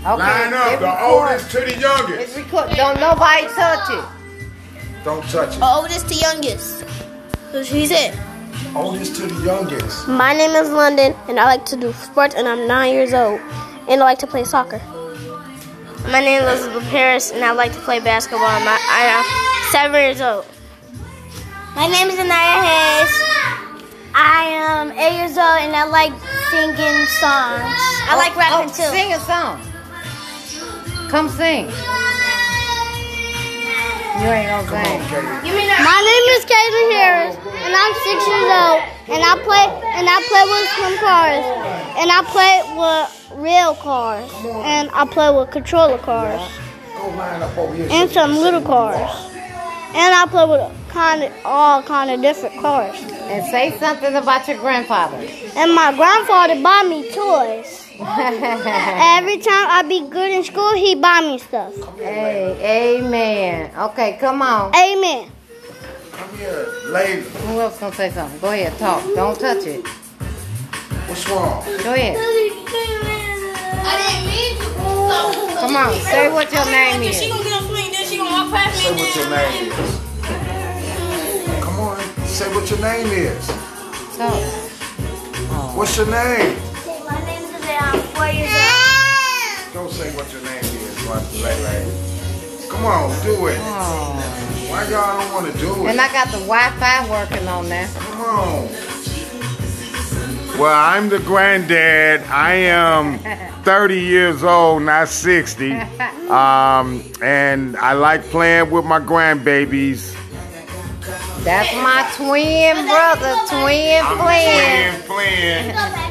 Okay, Line they up, the record. oldest to the It's youngest. record. Don't nobody touch it. Don't touch it. Oldest to youngest. So she's it. Oldest to the youngest. My name is London, and I like to do sports, and I'm nine years old, and I like to play soccer. My name is Elizabeth Harris, and I like to play basketball. and I, I'm seven years old. My name is Anaya Hayes. I am eight years old and I like singing songs. I like rapping oh, too. Sing a song. Come sing. You ain't gonna sing. My name is Caitlin Harris, and I'm six years old, and I play and I play with swim cars, and I play with real cars, and I play with controller cars, Go line up over here. and some little cars, and I play with kind of all kind of different cars. And say something about your grandfather. And my grandfather buy me toys. Every time I be good in school, he buy me stuff. hey, amen. Okay, come on. Amen. Come here, lady. Who else gonna say something? Go ahead, talk. Don't touch it. What's wrong? Go ahead. Come on, say what your name is. She gonna get on swing, then she gonna walk past me. Say what your name is. Come on, say what your name is. So, What's your name? My name is I'm four years old. Don't say what your name is, my lady. Come on, do it. oh. Why y'all don't want to do it? And I got the Wi-Fi working on there. Come on. Well, I'm the granddad. I am 30 years old, not 60. Um, and I like playing with my grandbabies. That's my twin brother, twin twin. playing, playing.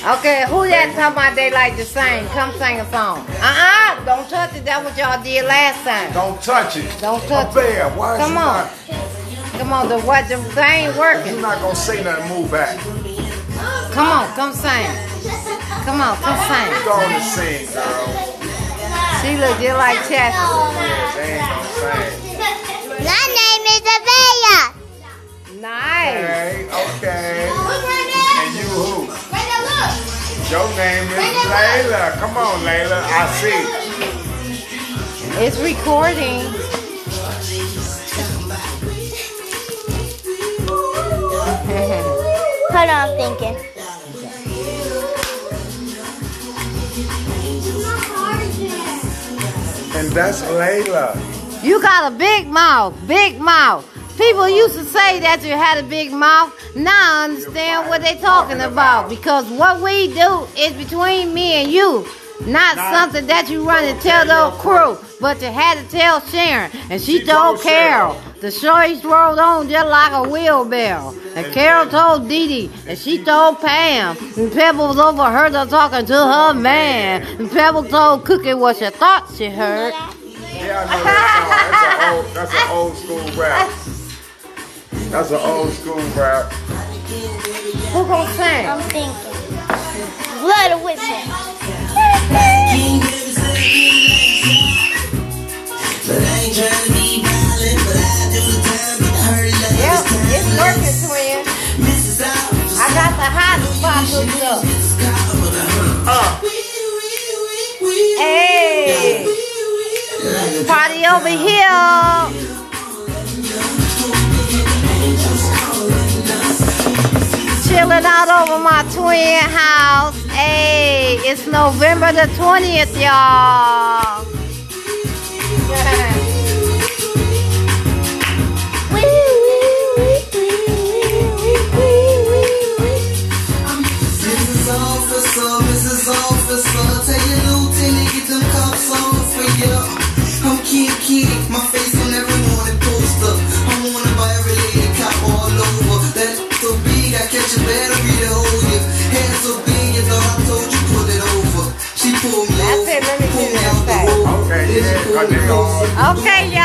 Okay, who that talking about they like to sing? Come sing a song. Uh-uh, don't touch it. That's what y'all did last time. Don't touch it. Don't touch Up there. Why is Come you on. Not, Come on, the what the thing ain't you're working. not gonna say nothing. Move back. Come on, come sing. Come on, come sing. Go on and sing, girl. She look just like Chastity. They ain't gonna sing. My name is Avea. Nice. Okay, okay. And you who? Your name is Layla. Come on, Layla. I see. It's recording. Hold on, I'm thinking. And that's Layla. You got a big mouth, big mouth. People used to say that you had a big mouth. Now I understand what they talking about because what we do is between me and you, not something that you run and tell the whole crew. But you had to tell Sharon, and she, She told told Carol. Sharon. The shorties rolled on just like a wheelbarrow. And Carol told Dee Dee, and she told Pam. And Pebbles overheard her talking to her man. And Pebble told Cookie what she thought she heard. Yeah, I know that song. That's an old, that's an old school rap. That's an old school rap. Who gonna sing? I'm thinking. Blood of whistle. Yep, it's working, twin. I got the hot spot hooked up. Oh. Hey, party over here. Chilling out over my twin house. Hey, it's November the 20th, y'all. She pulled me That's it, let me do that thing. over. Okay, yeah, 'cause they all. Okay,